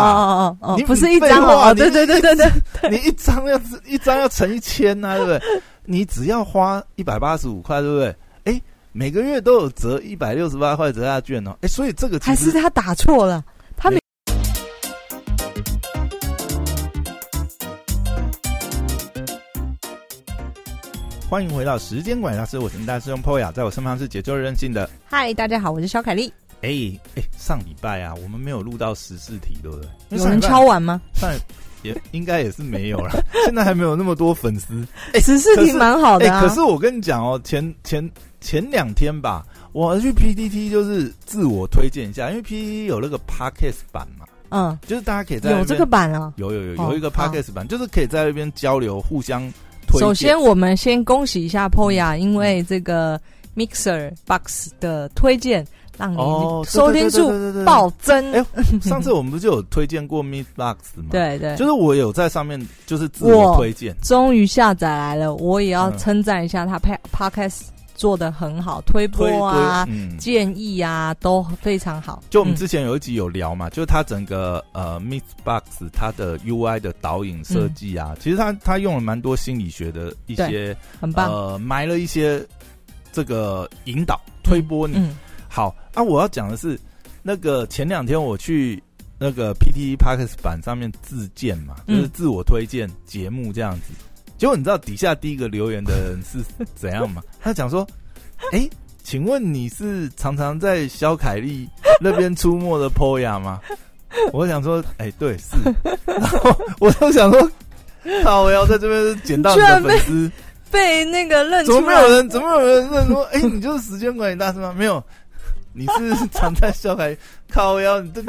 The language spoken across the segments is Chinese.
哦哦哦啊你哦，不是一张你废话哦，哦对你对对对对， 你一张要一张要乘一千啊呐、对不对？你只要花一百八十五块，对不对？哎，每个月都有折一百六十八块折价券哦，哎，所以这个其还是实他打错了，他没。欢迎回到时间管理大师，我是你大师兄 Poya，在我身旁是解救任性的。嗨，大家好，我是肖凯丽。哎哎，上礼拜啊，我们没有录到十四题，对不对？因为有上人礼拜敲完吗？上也应该也是没有了， 现在还没有那么多粉丝。十四可题是蛮好的啊。哎可是我跟你讲哦，前前前两天吧，我去 PTT 就是自我推荐一下，因为 PTT 有那个 Podcast 版嘛，嗯，就是大家哎可以在那有边这个版啊。有有有哦有一个 Podcast 版，就是可以在那边交流，互相推荐。首先，我们先恭喜一下 Poya，因为这个 Mixer Box 的推荐，让哦你，收听数数暴增。哎上次我们不就有推荐过 Meet Box 吗？，对对，就是我有在上面就是自我推荐。终于下载来了，我也要嗯称赞一下他 Pa- Podcast 做的很好，推推播啊、推嗯，建议啊都非常好。就我们嗯之前有一集有聊嘛，就是它整个呃 Mix Box 它的 UI 的导引设计啊，其实它它用了蛮多心理学的一些嗯很棒，呃埋了一些这个引导推波你。嗯好啊，我要讲的是那个前两天我去那个 PT Parkes 版上面自荐嘛，就嗯是自我推荐节目这样子。结果你知道底下第一个留言的人是怎样 吗？他讲说：“哎、请问你是常常在肖凯丽那边出没的 Poya 吗？” 我想说：“哎、对，是。”然后我就想说：“靠，我要在这边捡到你居的然被粉丝。”被那个认怎么出没来有，人？怎么没有人认说？哎、你就是时间管理大师吗？没有，你是 常在小孩靠腰。你这，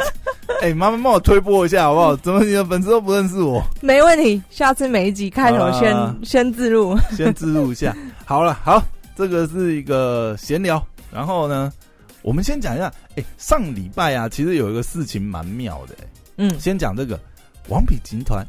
哎、妈妈帮我推播一下好不好？怎么你的粉丝都不认识我？没问题，下次每一集开头先、好啦先自录。先植入一下。好了，好，这个是一个闲聊。然后呢，我们先讲一下。哎、上礼拜啊，其实有一个事情蛮妙的、哎嗯，先讲这个王品集团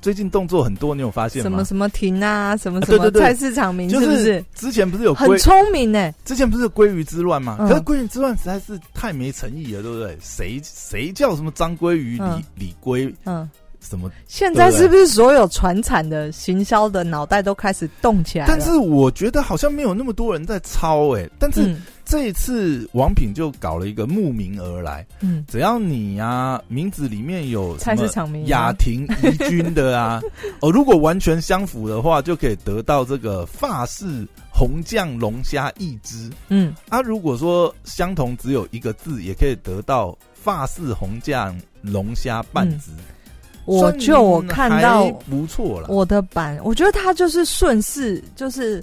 最近动作很多，你有发现什吗么？什么亭啊，什么啊什么对对对菜市场名，就是不是？之前不是有很归聪明欸呢、之前不是有鲑鱼之乱吗？嗯可是鲑鱼之乱实在是太没诚意了，对不对？谁谁叫什么张鲑鱼、李、嗯李鲑嗯，什么？现在对是不是所有船产的行销的脑袋都开始动起来了？但是我觉得好像没有那么多人在抄哎、但是嗯这一次王品就搞了一个慕名而来，嗯，只要你啊名字里面有什菜么市场名雅婷怡君 的啊，哦，如果完全相符的话，就可以得到这个法式红酱龙虾一只。嗯，啊，如果说相同只有一个字，也可以得到法式红酱龙虾半只。嗯我算就我看到还不错了，我的版，我觉得他就是顺势，就是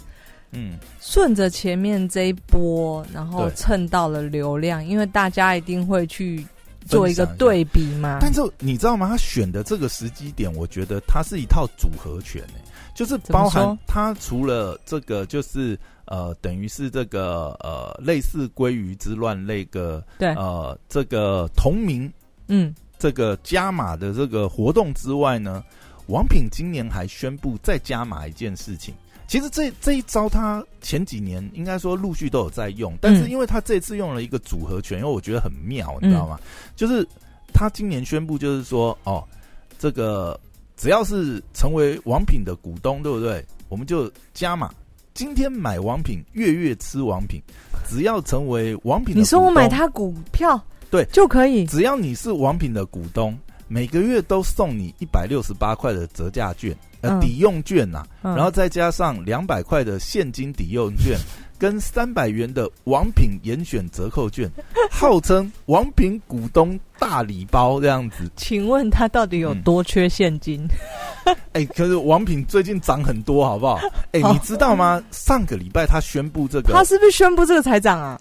嗯，顺着前面这一波，然后对蹭到了流量，因为大家一定会去做一个分享下。对比嘛。但是你知道吗？他选的这个时机点，我觉得它是一套组合拳、欸，就是么包含说它除了这个，就是呃，等于是这个呃，类似鲑鱼之乱那个对呃，这个同名嗯，这个加码的这个活动之外呢，王品今年还宣布再加码一件事情。其实这这一招，他前几年应该说陆续都有在用，但嗯是因为他这次用了一个组合拳，因为我觉得很妙，你知道吗？就是他今年宣布，就是说哦，这个只要是成为王品的股东，对不对？我们就加码，今天买王品，月月吃王品，只要成为王品的股东，你说我买他股票，对就可以，只要你是王品的股东，每个月都送你一百六十八块的折价券，呃，嗯抵用券呐、嗯然后再加上两百块的现金抵用券，跟三百元的王品严选折扣券， 号称王品股东大礼包这样子。请问他到底有嗯多缺现金？哎、可是王品最近涨很多，好不好？哎、好你知道吗？上个礼拜他宣布这哦他个，是不是宣布这个财长啊？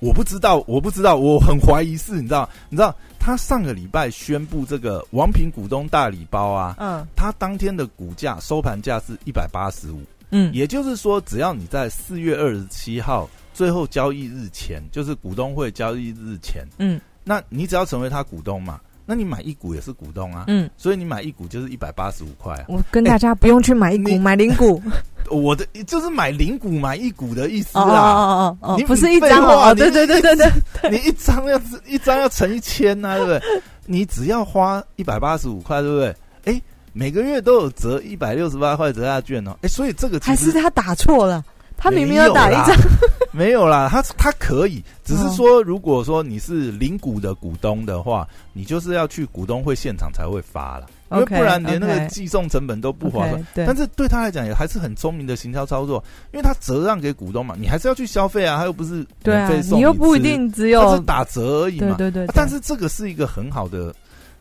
我不知道，我不知道，我很怀疑是，你知道，你知道他上个礼拜宣布这个王品股东大礼包啊，嗯它当天的股价收盘价是一百八十五，嗯也就是说，只要你在四月二十七号最后交易日前，就是股东会交易日前，嗯那你只要成为他股东嘛，那你买一股也是股东啊，嗯，所以你买一股就是一百八十五块啊。我跟大家不用去买一股，哎你买零 股我的就是买零股买一股的意思哦哦啦，哦哦啊你哦，不是一张废话哦，你 对对对对对，你一张要一张要乘一千呐、啊，对不对？你只要花一百八十五块，对不对？哎、每个月都有折一百六十八块折价券哦。哎、所以这个其还实是他打错了，他明明没要有打一张啦， 没有啦，他他可以，只是说如果说你是零股的股东的话，你就是要去股东会现场才会发啦，因为 OK，不然连那个 OK 寄送成本都不划算。 OK，对，但是对他来讲也还是很聪明的行销操作，因为他折让给股东嘛，你还是要去消费啊，他又不是对免啊费，送你又不一吃，定只他有是打折而已嘛。啊对对对，但对是这个是一个很好的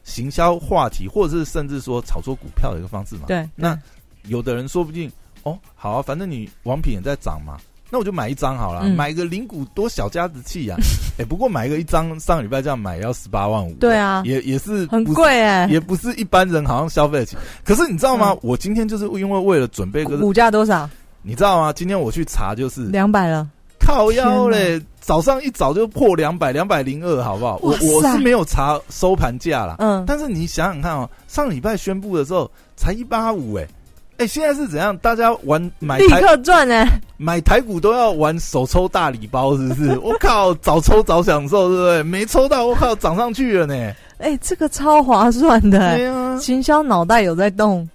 行销话题，或者是甚至说炒作股票的一个方式嘛。对那有的人说不定哦，好、啊，反正你王品也在涨嘛，那我就买一张好了，嗯买个零股多小家子 气呀、啊。哎、不过买个一张，上个礼拜这样买要十八万五，对啊也也是很不是，贵哎，也不是一般人好像消费得起。可是你知道吗？嗯我今天就是因为为了准备，个，股价多少？你知道吗？今天我去查就是两百了，靠腰嘞，早上一早就破两百，两百零二，好不好？我哇塞我是没有查收盘价啦，嗯，啊但是你想想看哦，上礼拜宣布的时候才一八五，哎，哎，现在是怎样？大家玩买立台刻赚哎，买台股都要玩手抽大礼包，是不 是？我靠，早抽早享受，对不对？没抽到，我靠，涨上去了 呢。哎，这个超划算的对啊哎，呀，行销脑袋有在动，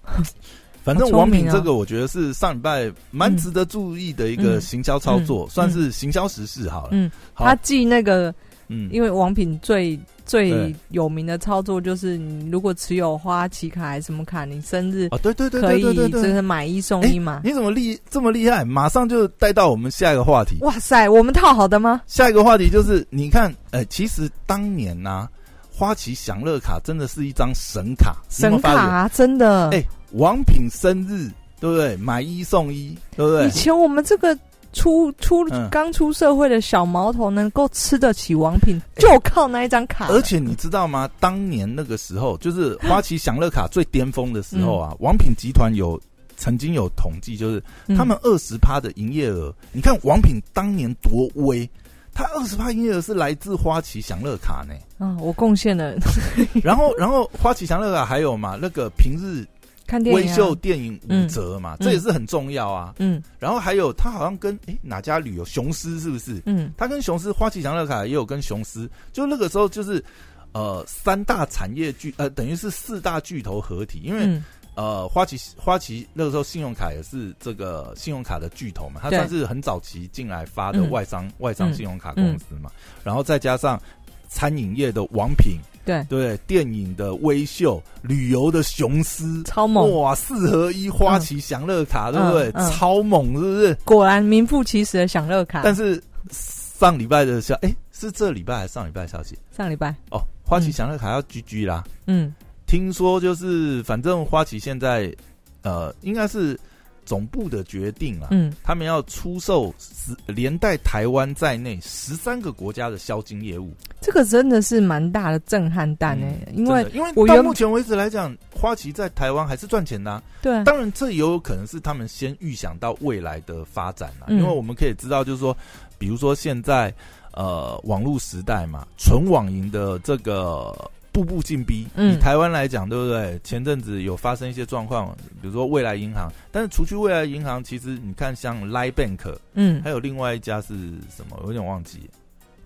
反正好王聪明品啊这个，我觉得是上礼拜蛮值得注意的一个嗯行销操作，嗯算是行销时事好了。嗯，好他记那个，嗯，因为王品最最对有名的操作就是，你如果持有花旗卡还是什么卡，你生日啊，对对对可对对以对哎就对，是买一送一嘛。你怎么厉这么厉害？马上就带到我们下一个话题。哇塞，我们套好的吗？下一个话题就是，你看，呃，其实当年呐、花旗享乐卡真的是一张神卡，你有没神有卡发觉啊真的哎，王品生日，对不对？买一送一，对不 对以？前我们这个出出嗯刚出社会的小毛头能够吃得起王品，就靠那一张卡。哎而且你知道吗？当年那个时候，就是花旗享乐卡最巅峰的时 候啊，王品集团有曾经有统计，就是嗯他们二十趴的营业额，你看王品当年多威，他二十趴营业额是来自花旗享乐卡呢。啊，我贡献了 然后，然后花旗享乐卡还有嘛，那个平日看电微影啊。秀电影五折嘛，这也是很重要啊。嗯然后还有他好像跟诶哪家旅游雄狮是不是？嗯他跟雄狮花旗享乐卡也有跟雄狮，就那个时候就是呃三大产业巨呃等于是四大巨头合体，因为、嗯，呃花旗花旗那个时候信用卡也是这个信用卡的巨头嘛，它对算是很早期进来发的嗯外商、外商信用卡公司嘛，然后再加上餐饮业的王品。对，对，电影的微秀，旅游的雄狮，超猛，哇，四合一花旗享乐卡，对不对？嗯嗯啊超猛，是不是？果然名副其实的享乐卡。但是上礼拜的消，哎、是这礼拜还是上礼拜的消息？上礼拜，哦，花旗享乐卡要 GG 啦。嗯听说就是，反正花旗现在，呃，应该是总部的决定啦，嗯，他们要出售十连带台湾在内十三个国家的销金业务。这个真的是蛮大的震撼弹诶、嗯因为真的因我为原到目前为止来讲，花旗在台湾还是赚钱的、啊。对啊，当然，这也有可能是他们先预想到未来的发展啦，嗯因为我们可以知道，就是说，比如说现在呃网络时代嘛，纯网银的这个步步进逼，嗯以台湾来讲，对不对？前阵子有发生一些状况，比如说未来银行，但是除去未来银行，其实你看像 Line Bank，嗯还，有另外一家是什么？我有点忘记，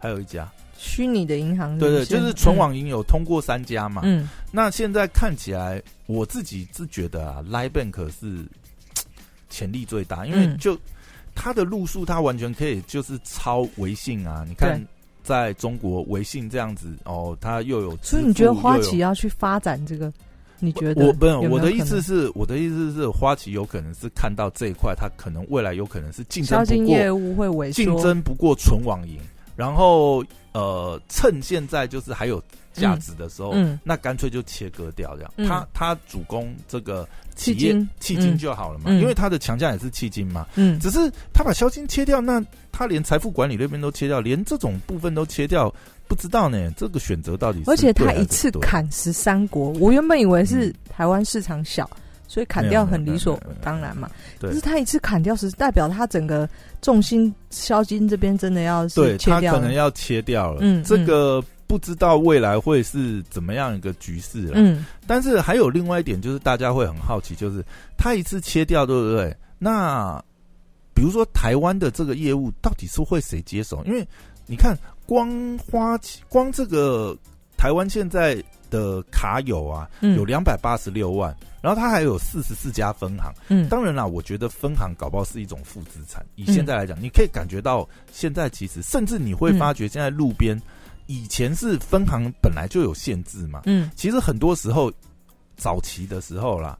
还有一家，虚拟的银行是不对是，对，就是纯网银有通过三家嘛，嗯嗯，嗯，那现在看起来，我自己是觉得啊 l i b a n k 是嘖潜力最大，因为嗯就它的路数，它完全可以就是超微信啊。你看对，在中国微信这样子哦，它又有支付，所以你觉得花又旗有？要去发展这个？你觉得我不是有没有我的意可思能是，我的意思是，花旗有可能是看到这一块，它可能未来有可能是竞销争不金过业务会萎缩，竞争不过纯网银，然后呃，趁现在就是还有价值的时候，嗯，那干脆就切割掉这样。嗯他他主攻这个企迄业今，迄金就好了嘛，嗯因为他的强项也是迄金嘛。嗯，只是他把销金切掉，那他连财富管理那边都切掉，连这种部分都切掉，不知道呢，这个选择到底是而且对他还是一不次对啊砍十三国，我原本以为是嗯台湾市场小，所以砍没有掉没有很没有理所没有没有当然嘛。对可是他一次砍掉十，代表他整个重心销金这边真的要对是切他掉可能了。要切掉了。嗯这个不知道未来会是怎么样一个局势了。嗯，但是还有另外一点，就是大家会很好奇，就是他一次切掉，对不对？那比如说台湾的这个业务到底是会谁接手？因为你看，光花旗，光这个台湾现在的卡友啊，嗯有两百八十六万，然后它还有四十四家分行。嗯当然啦，我觉得分行搞不好是一种负资产。以现在来讲，你可以感觉到现在其实，甚至你会发觉现在路边以前是分行本来就有限制嘛，嗯其实很多时候，早期的时候啦，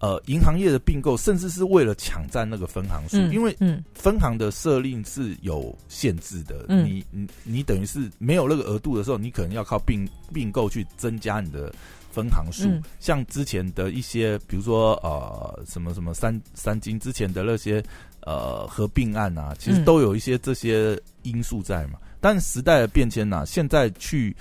呃，银行业的并购甚至是为了抢占那个分行数，嗯，因为嗯分行的设定是有限制的，嗯你你你等于是没有那个额度的时候，你可能要靠并并购去增加你的分行数。嗯像之前的一些，比如说呃什么什么三三金之前的那些呃合并案啊，其实嗯都有一些这些因素在嘛。但时代的变迁呐、啊现在去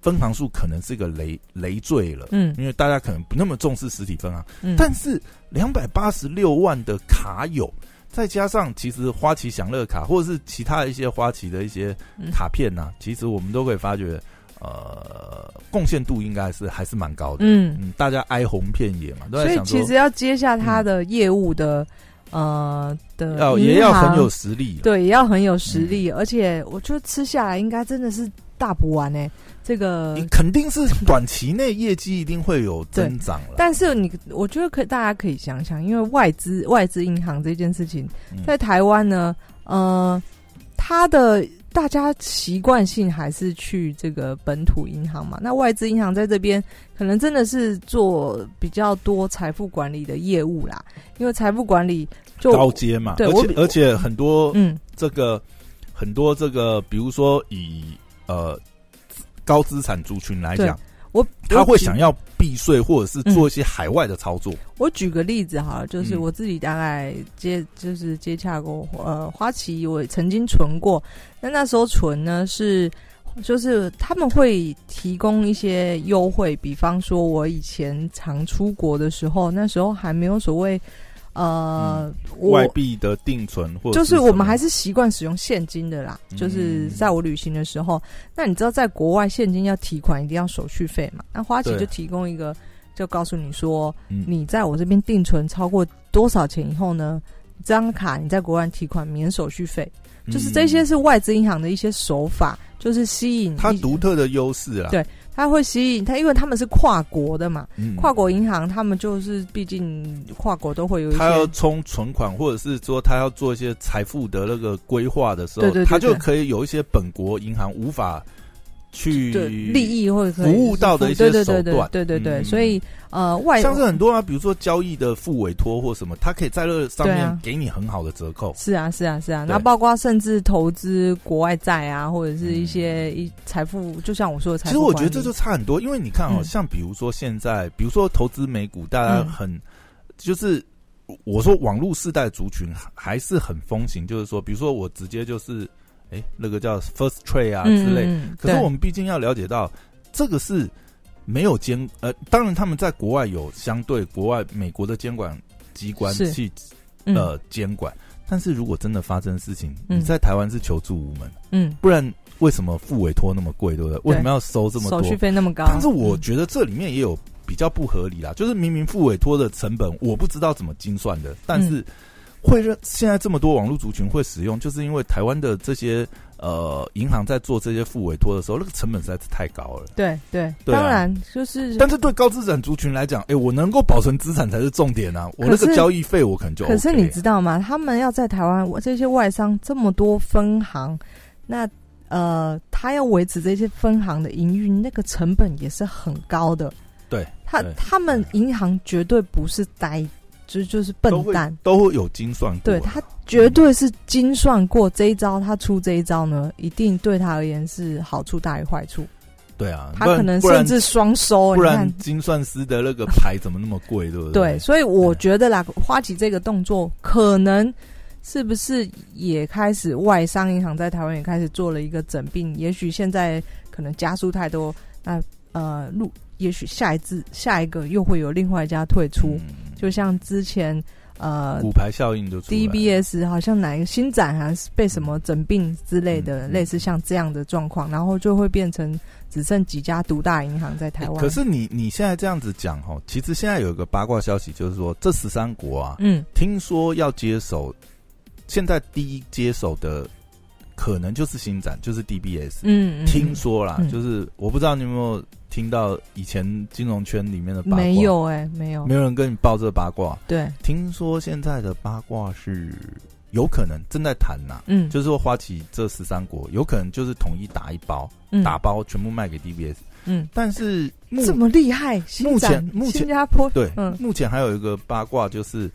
分行数可能是个累累赘了。嗯因为大家可能不那么重视实体分行，嗯，但是两百八十六万的卡友，再加上其实花旗享乐卡或者是其他一些花旗的一些嗯卡片呐、其实我们都可以发觉，呃，贡献度应该是还是蛮高的。嗯，嗯，大家哀鸿遍野嘛，都所在以想其说嗯实要接下他的业务的、呃的要银哦也要很行有实力啊嗯啦。对，也要很有实力，而且我觉得吃下来应该真的是大补丸哎、这个你肯定是短期内业绩一定会有增长了。但是你，我觉得可大家可以想想，因为外资外资银行这件事情嗯，在台湾呢，呃，它的大家习惯性还是去这个本土银行嘛。那外资银行在这边可能真的是做比较多财富管理的业务啦，因为财富管理就高阶嘛，对而我且而且很多嗯这个、很多这个，比如说以呃高资产族群来对讲，我他会我举想要避税，或者嗯是做一些海外的操作。我举个例子好了，就是嗯我自己大概接就是接洽过呃花旗，我也曾经存过，那那时候存呢是就是他们会提供一些优惠，比方说我以前常出国的时候，那时候还没有所谓呃、嗯外我。币的定存，或者就是我们还是是习惯使用现金的啦，嗯就是在我旅行的时候，那你知道在国外现金要提款一定要手续费嘛？那花旗对就提供一个，就告诉你说，什么嗯你在我这边定存超过多少钱以后呢，这张卡你在国外提款免手续费，就是这些嗯是外资银行的一些手法，就是吸引它一独，特的优势啦。对它会吸引它，因为他们是跨国的嘛，嗯跨国银行他们就是毕竟跨国都会有一他要些，充存款，或者是说他要做一些财富的那个规划的时候，对对对他就对可以有一些本国银行无法去对利益或者可以服务到的一对些对对手段对对对对，嗯所以呃外像是很多啊，比如说交易的付委托或什么，他可以在那上对面啊给你很好的折扣。是啊，是啊，是啊。对那包括甚至投资国外债啊，或者是一些一财富，就像我说的财嗯其富。实我觉得这就差很多，因为你看哦，嗯像比如说现在，比如说投资美股，大家嗯很、就是我说网络世代族群还还是很风行，就是说，比如说我直接就是哎、诶那个叫 first trade 啊之类，嗯嗯嗯可是对我们毕竟要了解到这个是没有监呃，当然他们在国外有相对国外美国的监管机关是去嗯呃监管，但是如果真的发生事情，嗯你在台湾是求助无门，嗯，不然。为什么付委托那么贵，对不对？为什么要收这么多？手续费那么高。嗯但是我觉得这里面也有比较不合理啦，就是明明付委托的成本我不知道怎么精算的，但嗯是会让现在这么多网络族群会使用，就是因为台湾的这些呃银行在做这些付委托的时候，那个成本实在是太高了。嗯对对，对啊当然就是，但是对高资产族群来讲，哎、我能够保存资产才是重点啊！我那可个是交易费我可能就、OK 可啊、是你知道吗？他们要在台湾，我这些外商这么多分行，那呃，他要维持这些分行的营运，那个成本也是很高的。对，他对他们银行绝对不是呆，就就是笨都会蛋。都会有精算过对啦，他绝对是精算过这一招，他出这一招呢，一定对他而言是好处大于坏处，对啊，他不然可能不然甚至双收。你不然看，精算师的那个牌怎么那么贵，对不对，所以我觉得啦，花旗这个动作可能是不是也开始外商银行在台湾也开始做了一个整并，也许现在可能加速太多，那呃路，也许下一次下一个又会有另外一家退出，嗯就像之前呃骨牌效应就出来了 DBS 好像哪一个新展好像是被什么整病之类的，嗯类似像这样的状况，然后就会变成只剩几家独大银行在台湾。可，是你你现在这样子讲哈，其实现在有一个八卦消息，就是说这十三国啊，嗯听说要接手，现在第一接手的可能就是新展，就是 DBS。嗯，嗯听说啦，嗯就是我不知道你有没有听到以前金融圈里面的八卦，没，有哎、没有，没有人跟你报这个八卦。对，听说现在的八卦是有可能正在谈呐、嗯，就是说花旗这十三国有可能就是统一打一包，嗯打，包全部卖给 DBS。嗯，但是目这么厉害，新展目前目前新加坡，对，嗯目前还有一个八卦就是，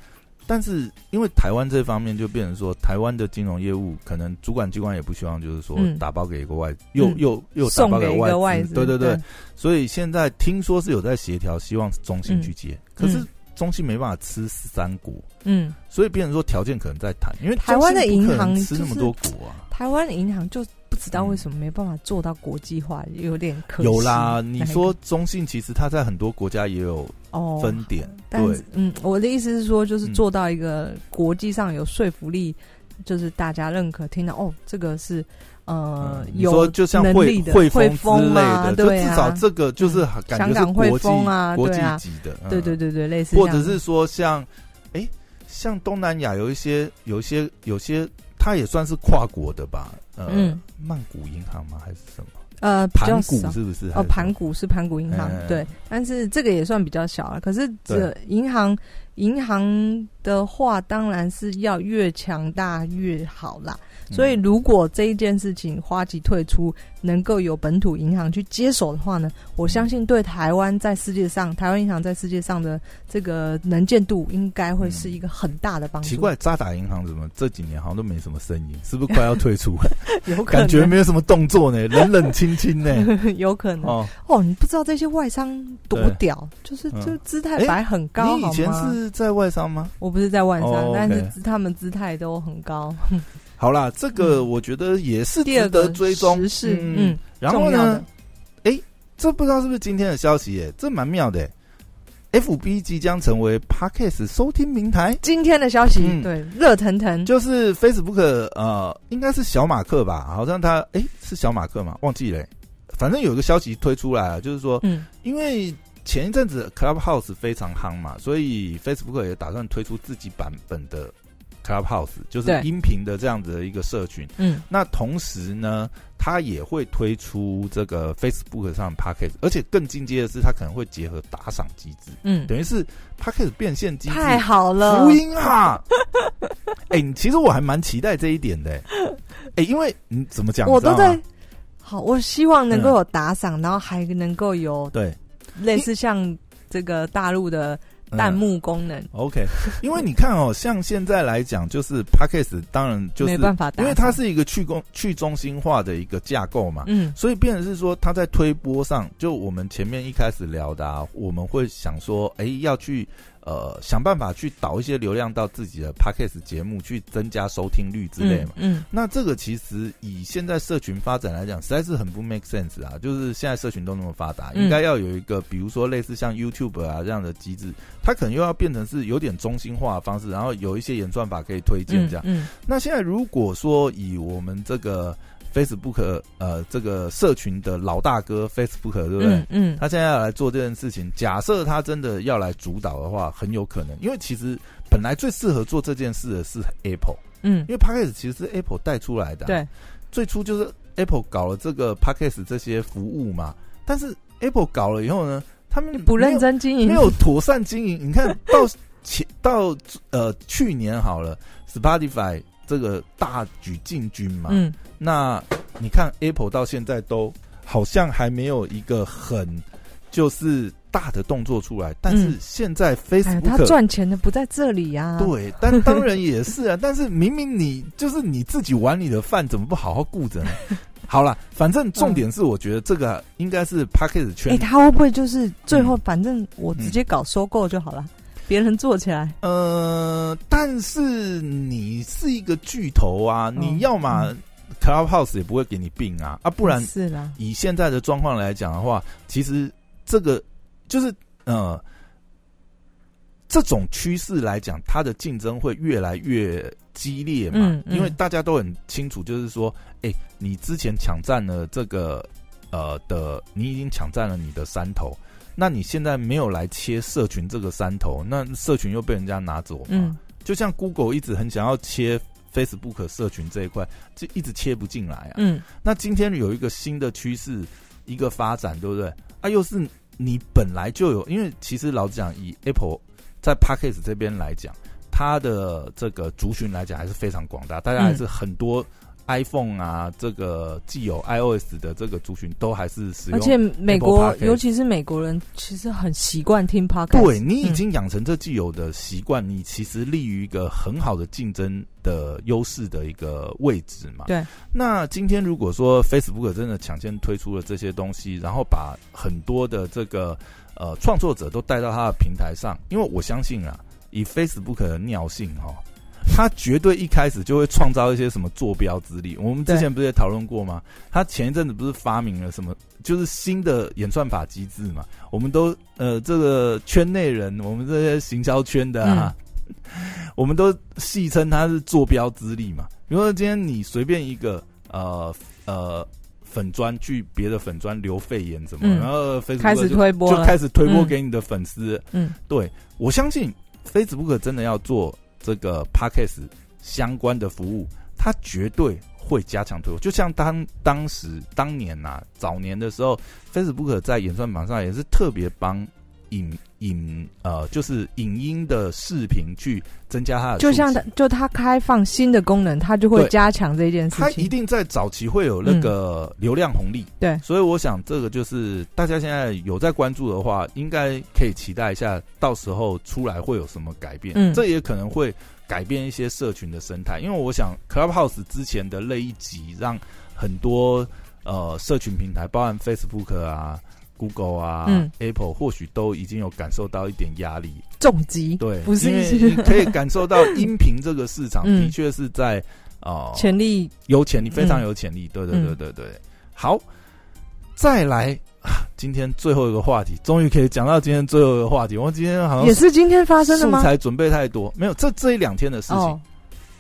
但是因为台湾这方面就变成说，台湾的金融业务可能主管机关也不希望，就是说嗯打包给一个外，又嗯又又打送包给一外个外资资，嗯对对对，，所以现在听说是有在协调，希望中信去接，可是嗯中信没办法吃十三股。嗯，所以变成说条件可能在谈，因为台湾的中信不可能银行吃那么多股啊，台湾的银行就不知道为什么没办法做到国际化，有点可惜。有啦。你说哪一个中信其实它在很多国家也有哦，分点，但对是嗯，我的意思是说，就是嗯做到一个国际上有说服力，就是大家认可，听到哦，这个是呃、嗯你有说就像能汇力的汇汇丰之类啊的，就对至啊，少这个就是嗯感觉香港是汇国际丰啊国际对啊级的，嗯对对对对，类似这或样者是说像，哎，像东南亚有一些有一些有些，它也算是跨国的吧，呃嗯，曼谷银行吗还是什么？呃比较盘谷少。是不是？还哦，是盘谷是盘谷银行，哎对，但是这个也算比较小了。可是这对银行银行的话，当然是要越强大越好啦。什么所以，嗯如果这一件事情花旗退出，能够有本土银行去接手的话呢，我相信对台湾在世界上，台湾银行在世界上的这个能见度，应该会是一个很大的帮助。奇，怪，渣打银行怎么这几年好像都没什么声音，是不是快要退出？ 有可感觉 能，没有什么动作呢，冷冷清清 呢。有可能哦哦，你不知道这些外商多对屌，就是嗯就姿态摆很高，你好以前吗？是在外商吗？我不是在万商，哦但是 OK 姿他们姿态都很 高。好啦，这个嗯我觉得也是第二值个得追踪时事，嗯，，然后重要的呢，哎，这不知道是不是今天的消息耶，这蛮妙的耶。FB 即将成为 Podcast 收听平台，今天的消息，嗯对，热腾腾，就是 Facebook 呃，应该是小马克吧？好像他哎是小马克嘛，忘记了耶。反正有个消息推出来了，就是说嗯因为前一阵子 Clubhouse 非常夯嘛，所以 Facebook 也打算推出自己版本的 Clubhouse，就是对音频的这样子的一个社群。嗯那同时呢，它也会推出这个 Facebook 上的 Pocket，而且更进阶的是，它可能会结合打赏机制，嗯，等于是 Pocket 变现机制。太好了，福音啊！ 哎、你其实我还蛮期待这一点的、哎、因为你怎么讲？我都你知道嗯在吗。好，我希望能够有打赏，然后还能够有对类似像这个大陆的嗯弹幕功能， OK，因为你看哦，像现在来讲，就是 Podcast，当然就没是办法打赏，因为它是一个去中去中心化的一个架构嘛，嗯所以变成是说它在推播上，就我们前面一开始聊的、啊，我们会想说，哎、要去呃想办法去导一些流量到自己的 podcast 节目，去增加收听率之类嘛。嗯那这个其实以现在社群发展来讲，实在是很不 make sense 啊！就是现在社群都那么发达，嗯应该要有一个，比如说类似像 YouTube 啊这样的机制，它可能又要变成是有点中心化的方式，然后有一些演算法可以推荐嗯这样。嗯那现在如果说以我们这个 Facebook 呃这个社群的老大哥 Facebook 对不对？嗯嗯，他现在要来做这件事情，假设他真的要来主导的话，很有可能，因为其实本来最适合做这件事的是 Apple，嗯因为 Podcast 其实是 Apple 带出来的、，啊对，最初就是 Apple 搞了这个 Podcast 这些服务嘛，但是 Apple 搞了以后呢，他们不没有认真经营没，有妥善经营。你看到前到呃去年好了，Spotify 这个大举进军嘛，嗯那你看 Apple 到现在都好像还没有一个很就是大的动作出来，但是嗯现在哎呀，他 Facebook、赚啊钱的不在这里呀，对，啊但当然也是 啊。但是明明你就是你自己碗里的饭，怎么不好好顾着呢？好了，反正重点是，我觉得这个应该是 p a c k a g e 圈哎，他会不会就是最嗯后反正我直接搞收购就好了，别人做起来，呃，但是你是一个巨头啊，嗯你要嘛 Clubhouse 也不会给你病啊，啊，不然是啦，以现在的状况来讲的话，其实这个就是呃，这种趋势来讲，它的竞争会越来越激烈嘛，嗯嗯因为大家都很清楚，就是说，哎、你之前抢占了这个呃的，你已经抢占了你的山头。那你现在没有来切社群这个山头，那社群又被人家拿走嘛？嗯就像 Google 一直很想要切 Facebook 社群这一块就一直切不进来啊。嗯，那今天有一个新的趋势，一个发展，对不对？啊，又是你本来就有，因为其实老实讲，以 Apple 在 p a c k a g e 这边来讲，它的这个族群来讲还是非常广大，大家还嗯是很多 iPhone 啊，这个既有 iOS 的这个族群都还是使而用。且美国 Podcast 尤其是美国人，其实很习惯听 podcast。嗯对你已经养成这既有的习惯，你其实立于一个很好的竞争的优势的一个位置嘛。对。那今天如果说 Facebook 真的抢先推出了这些东西，然后把很多的这个呃创作者都带到他的平台上，因为我相信啊，以 Facebook 的尿性哈、哦。他绝对一开始就会创造一些什么坐标之力。我们之前不是也讨论过吗？他前一阵子不是发明了什么，就是新的演算法机制嘛？我们都呃，这个圈内人，我们这些行销圈的啊，嗯 我们都戏称它是坐标之力嘛。比如说今天你随便一个呃呃粉砖去别的粉砖留肺炎怎么，嗯然后 Facebook 开始就推播就了，开始推播嗯给你的粉丝，嗯，对我相信 Facebook 真的要做这个 Podcast 相关的服务，它绝对会加强推广。就像当当时当年呐、早年的时候，Facebook 在演算法上也是特别帮影影呃，就是影音的视频去增加它的触及，就像他就他开放新的功能，他就会啊对加强这件事它一情。定在早期会有那个流量红利，嗯对所以我想这个就是大家现在有在关注的话，应该可以期待一下，到时候出来会有什么改变。嗯这也可能会改变一些社群的生态，因为我想 Clubhouse 之前的那一集让很多呃社群平台，包含 Facebook 啊。Google 啊、嗯 Apple 或许都已经有感受到一点压力，重击对，不是因为你可以感受到音频这个市场 嗯的确是在呃潜力，有潜力，非嗯常有潜力。对对对对对，好，再来啊，今天最后一个话题，终于可以讲到今天最后一个话题。我今天好也像是今天发生的吗哦素？材准备太多，没有这这一两天的事情，哦，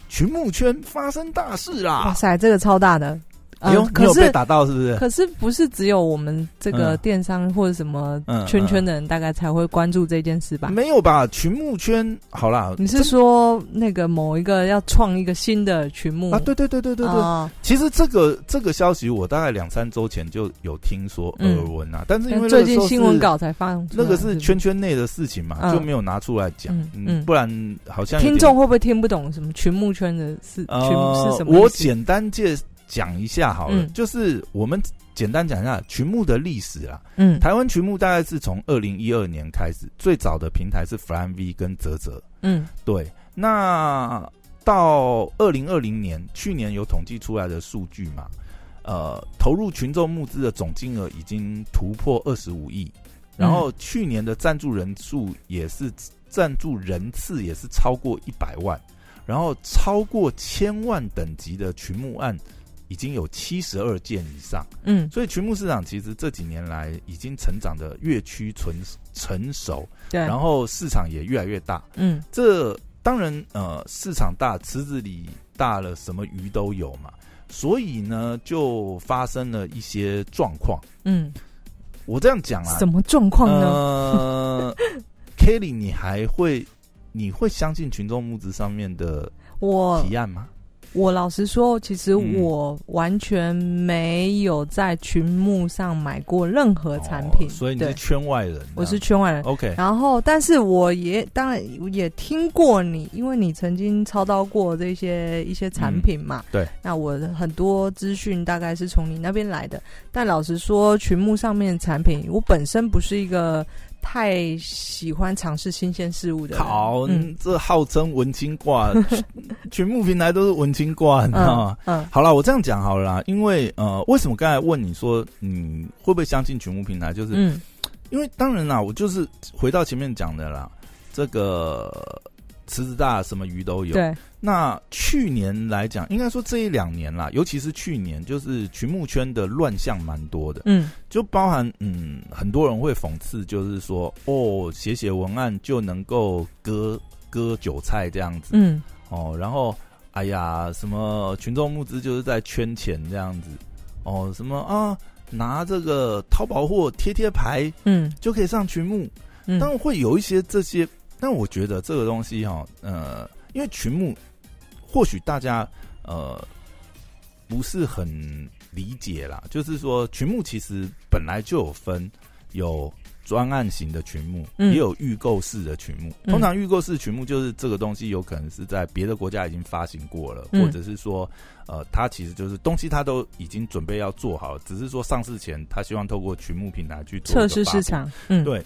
群募圈发生大事哇啦！塞，这个超大的。哎呦嗯，，你可有被是打到是不是？可是不是只有我们这个嗯电商或者什么嗯圈圈的人大概才会关注这件事吧？没有吧？群募圈好啦，你是说那个某一个要创一个新的群目啊？对对对对对对，哦其实这个这个消息我大概两三周前就有听说嗯耳闻啊，但是因为那最个时近候新闻是稿才放出来，那个是不圈圈内的事情嘛，嗯就没有拿出来讲，嗯嗯嗯不然好像有点听众会不会听不懂什么群目圈的是群呃，是什么意我思？简单介讲一下好了，嗯就是我们简单讲一下群募的历史啦。嗯台湾群募大概是从二零一二年开始，最早的平台是 Flan V 跟泽泽，嗯对，那到二零二零年，去年有统计出来的数据嘛，呃，投入群众募资的总金额已经突破二十五亿，然后去年的赞助人数也是赞助人次也是超过一百万，然后超过千万等级的群募案已经有七十二件以上。嗯，所以群募市场其实这几年来已经成长的越趋成成熟，对，然后市场也越来越大。嗯这当然，呃，市场大，池子里大了，什么鱼都有嘛。所以呢，就发生了一些状况。嗯，我这样讲啊什，么状况呢？呃 ，Kelly，你还会你会相信群众募资上面的我提案吗？我老实说，其实嗯我完全没有在群目上买过任何产品，哦所以你对是圈外人，我是圈啊外人。 OK，然后，但是我也当然也听过你，因为你曾经操刀过这些一些产品嘛。嗯对。那我很多资讯大概是从你那边来的，但老实说，群目上面的产品，我本身不是一个太喜欢尝试新鲜事物的人。好，嗯这号称文青 挂，群群募平台都是文青挂，你知道吗？嗯嗯好啦，我这样讲好了啦，因为呃，为什么刚才问你说你会不会相信群募平台？就是、嗯因为当然啦，我就是回到前面讲的啦，这个池子大，什么鱼都有。对，那去年来讲，应该说这一两年啦，尤其是去年，就是群募圈的乱象蛮多的，嗯就包含嗯，很多人会讽刺，就是说哦，写写文案就能够割割韭菜这样子。嗯哦，然后哎呀，什么群众募资就是在圈钱这样子，哦，什么啊，拿这个淘宝货贴贴牌嗯就可以上群募，嗯，当然会有一些这些，但我觉得这个东西哈、哦，呃，因为群募或许大家呃不是很理解啦，就是说群募其实本来就有分有。专案型的群目，嗯也有预购式的群目。嗯通常预购式群目就是这个东西有可能是在别的国家已经发行过了，嗯或者是说，呃，它其实就是东西它都已经准备要做好了，只是说上市前他希望透过群目平台去做一测试个发市布。场，嗯，对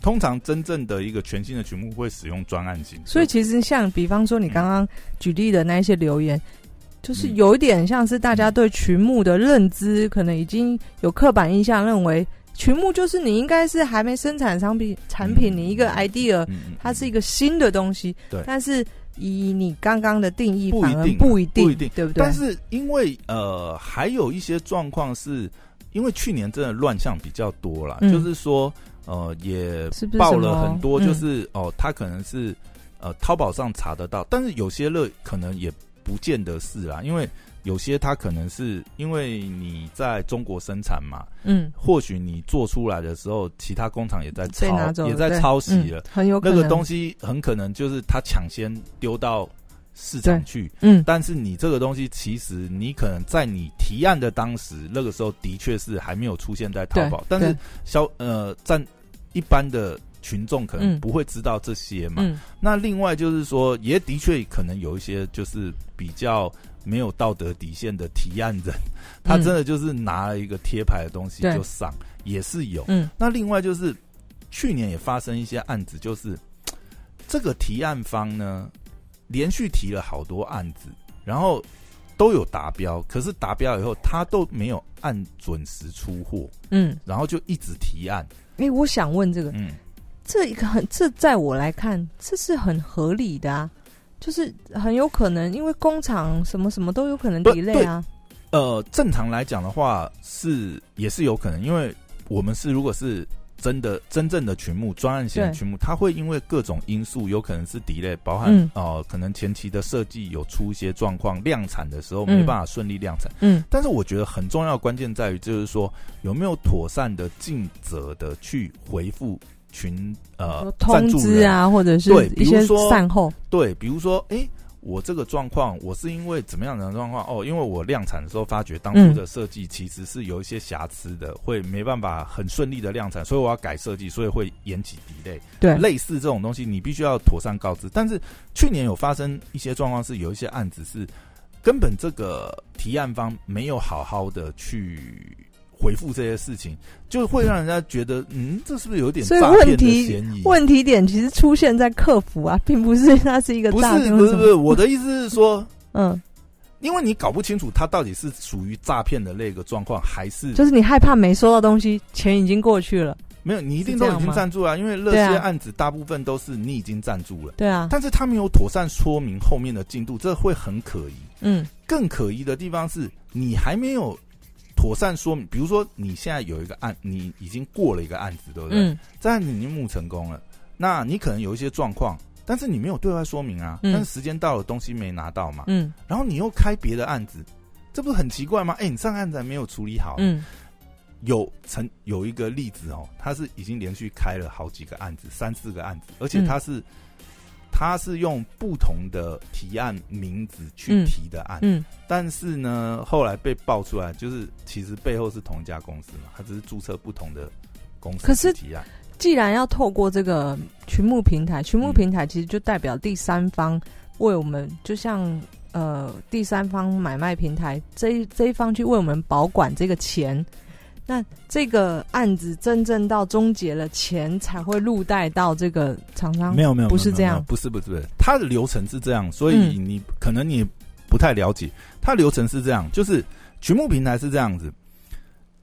通常真正的一个全新的群目会使用专案型，所以其实像比方说你刚刚举例的那一些留言，嗯就是有一点像是大家对群目的认知，可能已经有刻板印象，认为群目就是你应该是还没生产商品产品，嗯你一个 idea，嗯嗯它是一个。个新的东西，对但是以你刚刚的定义，不反一而定啊不一定，不一定对不对？但是因为呃，还有一些状况是，因为去年真的乱象比较多啦，嗯就是说呃，也是不是报什了么很多，就、嗯是哦，他可能是呃淘宝上查得到，但是有些乐可能也不见得是啦，因为有些它可能是因为你在中国生产嘛，嗯或许你做出来的时候，其他工厂也在被拿走抄，了也在抄袭了，嗯，很有可那能个东西很可能就是他抢先丢到市场对去。嗯但是你这个东西，其实你可能在你提案的当时，那个时候的确是还没有出现在淘宝对，但是对消呃占一般的群众可能嗯不会知道这些嘛。嗯那另外就是说，也的确可能有一些就是比较没有道德底线的提案人，他真的就是拿了一个贴牌的东西嗯对就上，也是有。嗯那另外就是去年也发生一些案子，就是嘖这个提案方呢，连续提了好多案子，然后都有达标，可是达标以后他都没有按准时出货，嗯，然后就一直提案，哎、我想问这个，嗯，这一个很，这在我来看，这是很合理的啊，就是很有可能，因为工厂什么什么都有可能不 delay 啊，呃，正常来讲的话是也是有可能，因为我们是如果是真的真正的群目专案型的对群目，它会因为各种因素，有可能是 delay，包含、嗯呃可能前期的设计有出一些状况，量产的时候嗯没办法顺利量产。嗯但是我觉得很重要的关键在于，就是说有没有妥善的尽责的去回复群呃赞通助知人啊，或者是对一比如些说善后，对，比如说，哎、我这个状况，我是因为怎么样的状况？哦，因为我量产的时候发觉当嗯初的设计其实是有一些瑕疵的，会没办法很顺利的量产，所以我要改设计，所以会延期 delay。对类似这种东西，你必须要妥善告知。但是去年有发生一些状况，是有一些案子是根本这个提案方没有好好的去。回复这些事情，就会让人家觉得，嗯，这是不是有点所以诈问骗的题嫌疑？问题点其实出现在客服啊，并不是它是一个不诈是骗不或是什不么，是，我的意思是说，嗯，因为你搞不清楚它到底是属于诈骗的那个状况，还是就是你害怕没收到东西，钱已经过去了，没有，你一定都已经赞助了，因为那对些啊案子大部分都是你已经赞助了，对啊，但是他没有妥善说明后面的进度，这会很可疑。嗯更可疑的地方是你还没有妥善说明，比如说你现在有一个案，你已经过了一个案子，对不啊对？嗯这案子你已经募成功了，那你可能有一些状况，但是你没有对外说明啊，嗯但是时间到了，东西没拿到嘛，嗯然后你又开别的案子，这不是很奇怪吗？哎、你上个案子还没有处理好，嗯，有曾有一个例子哦，他是已经连续开了好几个案子，三四个案子，嗯而且他是、他是用不同的提案名字去提的案，嗯但是呢，后来被爆出来，就是其实背后是同一家公司嘛，他只是注册不同的公司可是去提案，既然要透过这个群募平台，群募平台其实就代表第三方为我们，就像呃第三方买卖平台这一这一方去为我们保管这个钱。那这个案子真正到终结了，钱才会入袋到这个厂商。没有没有，不是没有这没有样不是不是不是，它的流程是这样，所以嗯你、可能你不太了解，它流程是这样，就是群募平台是这样子，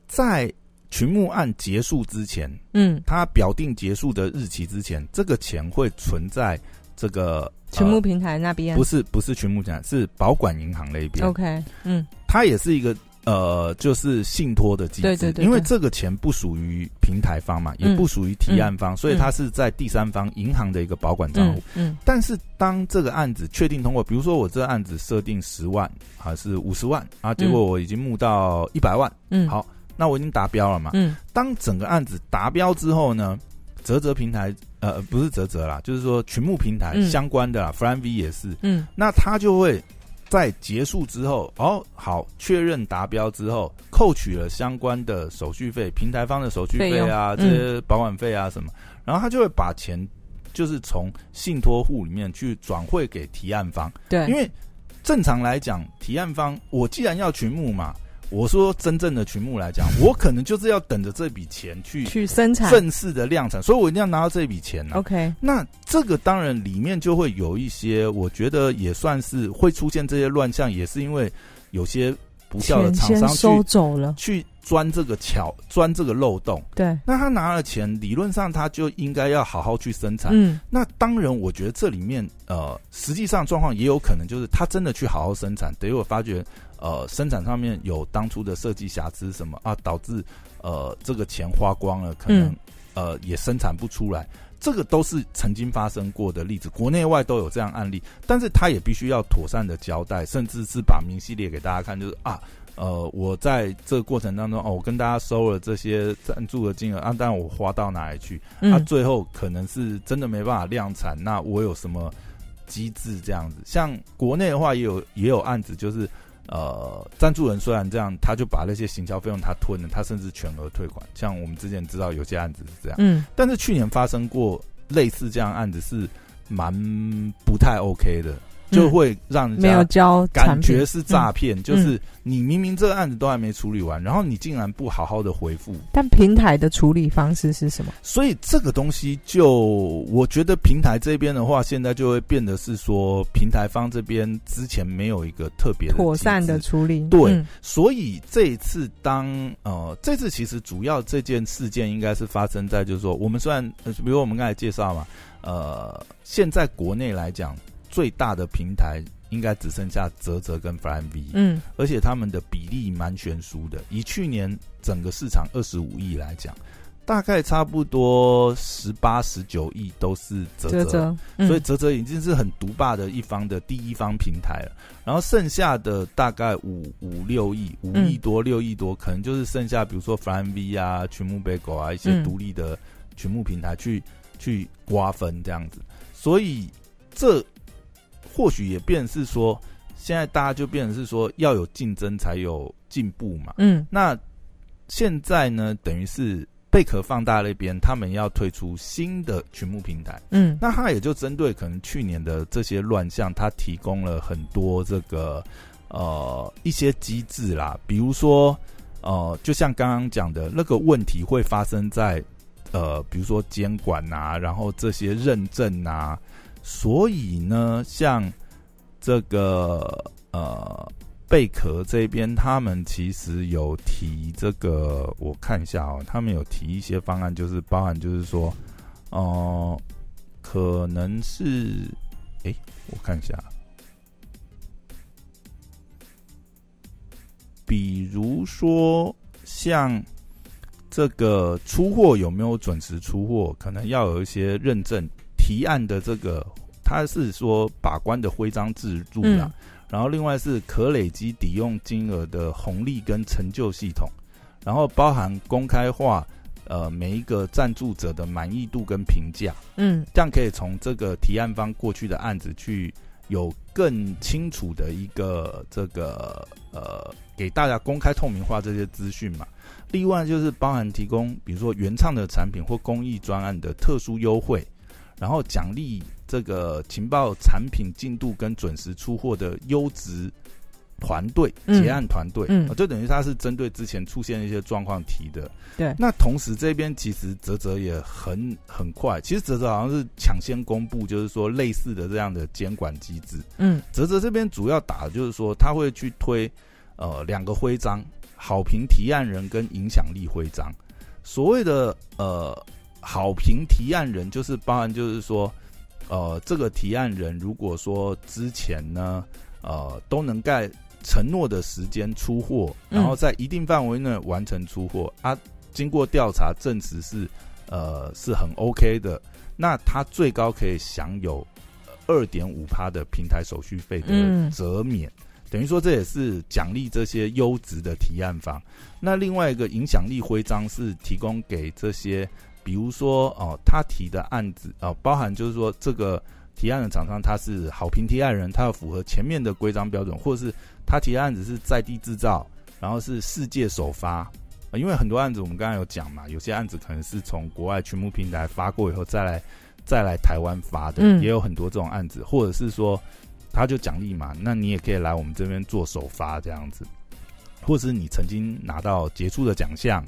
在群募案结束之前，嗯，它表定结束的日期之前，这个钱会存在这个群募呃平台那边、不是不是群募平台，是保管银行那边， OK，嗯它也是一个。呃，就是信托的机制，对对对因为对这个钱不属于平台方嘛，也嗯不属于提案方，所以嗯它是在第三方银行的一个保管账户嗯。嗯但是当这个案子确定通过，比如说我这个案子设定十万还是五十万啊，结果我已经募到一百万，嗯，好那我已经达标了嘛。嗯当整个案子达标之后呢，泽泽平台呃不是泽泽啦，就是说群募平台嗯相关的啦、f r a n V 也是，嗯那他就会在结束之后，哦，好，确认达标之后，扣取了相关的手续费，平台方的手续费啊，费这用些保管费啊什么，然后他就会把钱就是从信托户里面去转汇给提案方，对，因为正常来讲，提案方我既然要群募嘛，我说真正的群募来讲，我可能就是要等着这笔钱去去生产正式的量产，所以我一定要拿到这笔钱啊。 ，OK，那这个当然里面就会有一些，我觉得也算是会出现这些乱象，也是因为有些不孝的钱厂先商收去走了，去钻这个巧钻这个漏洞。对，那他拿了钱，理论上他就应该要好好去生产。嗯，那当然，我觉得这里面呃，实际上状况也有可能就是他真的去好好生产，结果发觉呃生产上面有当初的设计瑕疵什么啊，导致呃这个钱花光了，可能、嗯呃也生产不出来。这个都是曾经发生过的例子，国内外都有这样案例，但是他也必须要妥善的交代，甚至是把明细列给大家看，就是啊，呃，我在这个过程当中哦，我跟大家收了这些赞助的金额啊，但我花到哪里去？嗯，它啊最后可能是真的没办法量产，那我有什么机制这样子？像国内的话，也有也有案子，就是呃，赞助人虽然这样，他就把那些行销费用他吞了，他甚至全额退款。像我们之前知道有些案子是这样，嗯，但是去年发生过类似这样的案子是蛮不太 OK 的，就嗯会让人没有家交产感品嗯觉，是诈骗，就是你明明这个案子都还没处理完，然后你竟然不好好的回复，但平台的处理方式是什么？所以这个东西就，我觉得平台这边的话，现在就会变得是说，平台方这边之前没有一个特别的妥善的机制，处理，对嗯所以这一次当呃，这次其实主要这件事件应该是发生在就是说，我们虽然、呃比如我们刚才介绍嘛，呃，现在国内来讲最大的平台应该只剩下泽泽跟 f l y V，嗯，而且他们的比例蛮悬殊的。以去年整个市场二十五亿来讲，大概差不多十八、十九亿都是泽泽泽，泽，嗯所以泽泽已经是很独霸的一方的第一方平台了。然后剩下的大概五五六亿、嗯五亿多、六亿多，可能就是剩下比如说 f l y V 啊、群牧 b 狗啊一些嗯独立的群牧平台去、去瓜分这样子。所以这或许也变成是说，现在大家就变成是说要有竞争才有进步嘛。嗯那现在呢，等于是贝壳放大那边他们要推出新的群募平台，嗯那他也就针对可能去年的这些乱象，他提供了很多这个呃一些机制啦，比如说呃，就像刚刚讲的那个问题会发生在呃，比如说监管啊，然后这些认证啊，所以呢，像这个呃贝壳这边，他们其实有提这个，我看一下哦，他们有提一些方案，就是包含就是说，哦、可能是，诶，我看一下，比如说像这个出货有没有准时出货，可能要有一些认证提案的这个，它是说把关的规章制度啦。嗯然后另外是可累积抵用金额的红利跟成就系统，然后包含公开化，呃，每一个赞助者的满意度跟评价，嗯这样可以从这个提案方过去的案子去有更清楚的一个这个呃，给大家公开透明化这些资讯嘛。另外就是包含提供，比如说原创的产品或公益专案的特殊优惠，然后奖励这个情报产品进度跟准时出货的优质团队、嗯结案团队，嗯呃就等于它是针对之前出现的一些状况提的。对那同时这边其实泽泽也很很快，其实泽泽好像是抢先公布，就是说类似的这样的监管机制。嗯泽泽这边主要打的就是说，他会去推呃两个徽章：好评提案人跟影响力徽章。所谓的呃好评提案人，就是包含就是说，呃，这个提案人如果说之前呢，呃，都能在承诺的时间出货，嗯然后在一定范围内完成出货，啊，经过调查证实是呃是很 OK 的，那他最高可以享有二点五趴的平台手续费的嗯折免。等于说，这也是奖励这些优质的提案方。那另外一个影响力徽章是提供给这些，比如说哦、他提的案子哦、包含就是说这个提案的厂商他是好评提案人，他要符合前面的规章标准，或者是他提的案子是在地制造，然后是世界首发。呃因为很多案子我们刚才有讲嘛，有些案子可能是从国外群募平台发过以后再来再来台湾发的，嗯也有很多这种案子，或者是说他就奖励嘛，那你也可以来我们这边做首发这样子，或是你曾经拿到杰出的奖项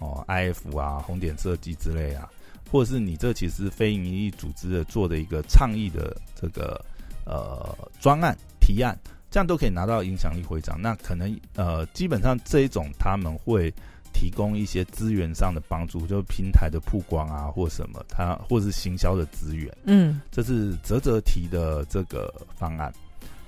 哦，IF 啊、红点设计之类啊，或者是你这其实是非营利组织的做的一个倡议的这个呃专案提案，这样都可以拿到影响力徽章。那可能呃，基本上这一种他们会提供一些资源上的帮助，就是平台的曝光啊，或什么，它或是行销的资源。嗯这是泽泽提的这个方案。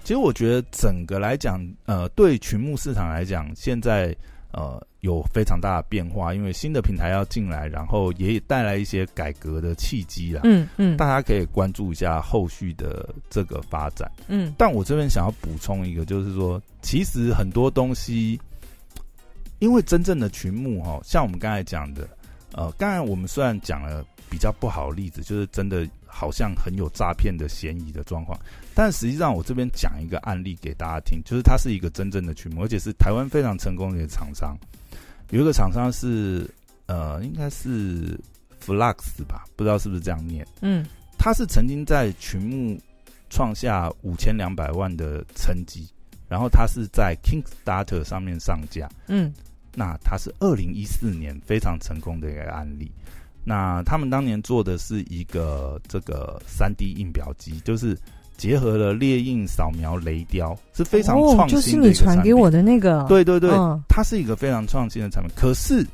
其实我觉得整个来讲，呃，对群募市场来讲，现在呃有非常大的变化，因为新的平台要进来，然后也带来一些改革的契机啦。嗯嗯大家可以关注一下后续的这个发展。嗯但我这边想要补充一个，就是说，其实很多东西，因为真正的群目哦，像我们刚才讲的，呃，刚才我们虽然讲了比较不好的例子，就是真的好像很有诈骗的嫌疑的状况，但实际上我这边讲一个案例给大家听，就是它是一个真正的群目，而且是台湾非常成功的一个厂商，有一个厂商是呃，应该是 Flux 吧，不知道是不是这样念。嗯他是曾经在群目创下五千两百万的成绩，然后他是在 Kickstarter 上面上架，嗯那他是二零一四年非常成功的一个案例。那他们当年做的是一个这个三 D 印表机，就是结合了列印、扫描、雷雕，是非常哦创就新是的你一个产传品。给我的那个，对对对，嗯它是一个非常创新的产品。可是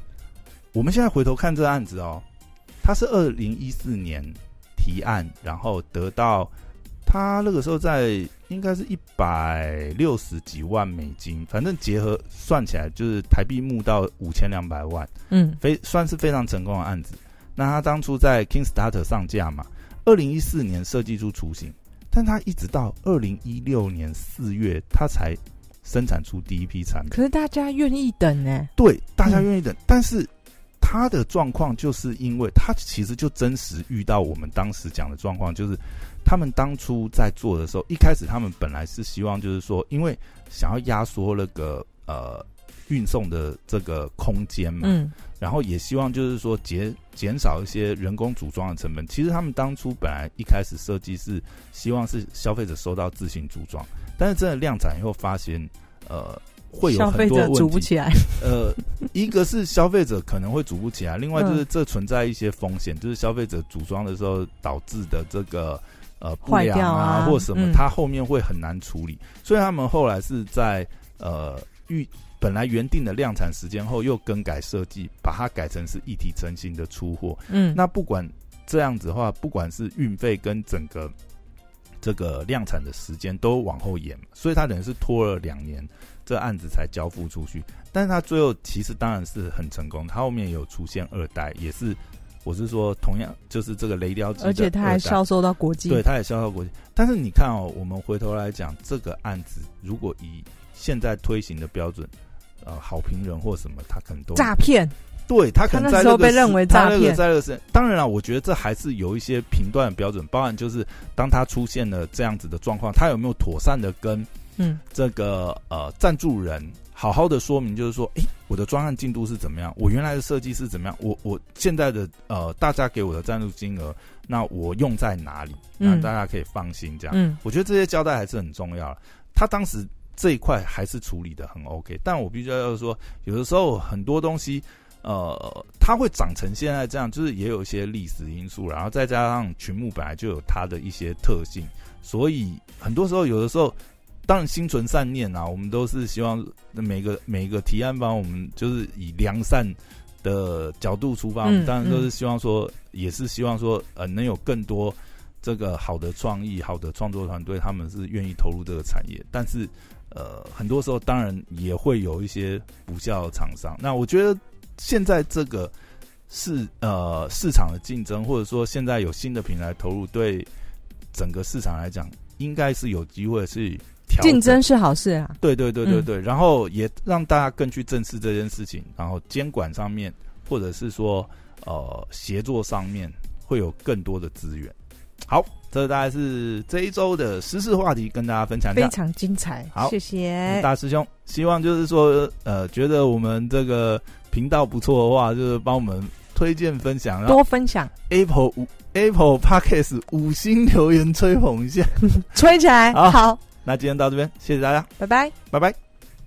我们现在回头看这个案子哦，它是二零一四年提案，然后得到它那个时候在应该是一百六十几万美金，反正结合算起来就是台币募到五千两百万，嗯非算是非常成功的案子。那它当初在 Kickstarter 上架嘛，二零一四年设计出雏形，但它一直到二零一六年四月，它才生产出第一批产品。可是大家愿意等呢，对，大家愿意等，但是他的状况就是因为他其实就真实遇到我们当时讲的状况，就是他们当初在做的时候，一开始他们本来是希望就是说，因为想要压缩那个呃运送的这个空间嘛，嗯然后也希望就是说减减少一些人工组装的成本。其实他们当初本来一开始设计是希望是消费者收到自行组装，但是真的量产以后发现，呃。会有消很费多者问组题不， 起来，呃，一个是消费者可能会组不起来，另外嗯就是这存在一些风险，就是消费者组装的时候导致的这个呃不坏良掉啊啊或什么嗯，它后面会很难处理。所以他们后来是在呃预本来原定的量产时间后，又更改设计，把它改成是一体成型的出货。嗯那不管这样子的话，不管是运费跟整个这个量产的时间都往后延，所以他等于是拖了两年，这案子才交付出去。但是他最后其实当然是很成功，他后面有出现二代，也是我是说同样就是这个雷雕机的而且他还二代销售到国际，对，它也销到国际。但是你看哦，我们回头来讲这个案子，如果以现在推行的标准，呃，好评人或什么，他可能都诈骗，对他可能他那在时候那个被认时为他诈那个骗在那个时，当然了，我觉得这还是有一些评断标准，包含就是当他出现了这样子的状况，他有没有妥善的跟嗯这个呃赞助人好好的说明，就是说，诶，我的专案进度是怎么样，我原来的设计是怎么样，我我现在的呃大家给我的赞助金额，那我用在哪里，那嗯大家可以放心这样。嗯我觉得这些交代还是很重要了。他当时这一块还是处理的很 OK，但我必须要说，有的时候很多东西，呃，它会长成现在这样，就是也有一些历史因素，然后再加上群目本来就有它的一些特性，所以很多时候有的时候。当然，心存善念啊，我们都是希望每个 每个提案方，我们就是以良善的角度出发，我们嗯当然都嗯是希望说，也是希望说，呃，能有更多这个好的创意、好的创作团队，他们是愿意投入这个产业。但是，呃，很多时候当然也会有一些不孝的厂商。那我觉得现在这个市呃市场的竞争，或者说现在有新的平台投入，对整个市场来讲，应该是有机会是调整竞争是好事啊，对对对对对，然后也让大家更去正视这件事情，然后监管上面或者是说呃协作上面会有更多的资源。好，这大概是这一周的时事话题，跟大家分享一非下。常精彩，好谢谢，嗯大师兄，希望就是说，呃，觉得我们这个频道不错的话，就是帮我们推荐分享，然后多分享， Apple 五 Apple Podcast 五星留言吹捧一下。吹起来，好好，那今天到这边，谢谢大家，拜拜。拜拜。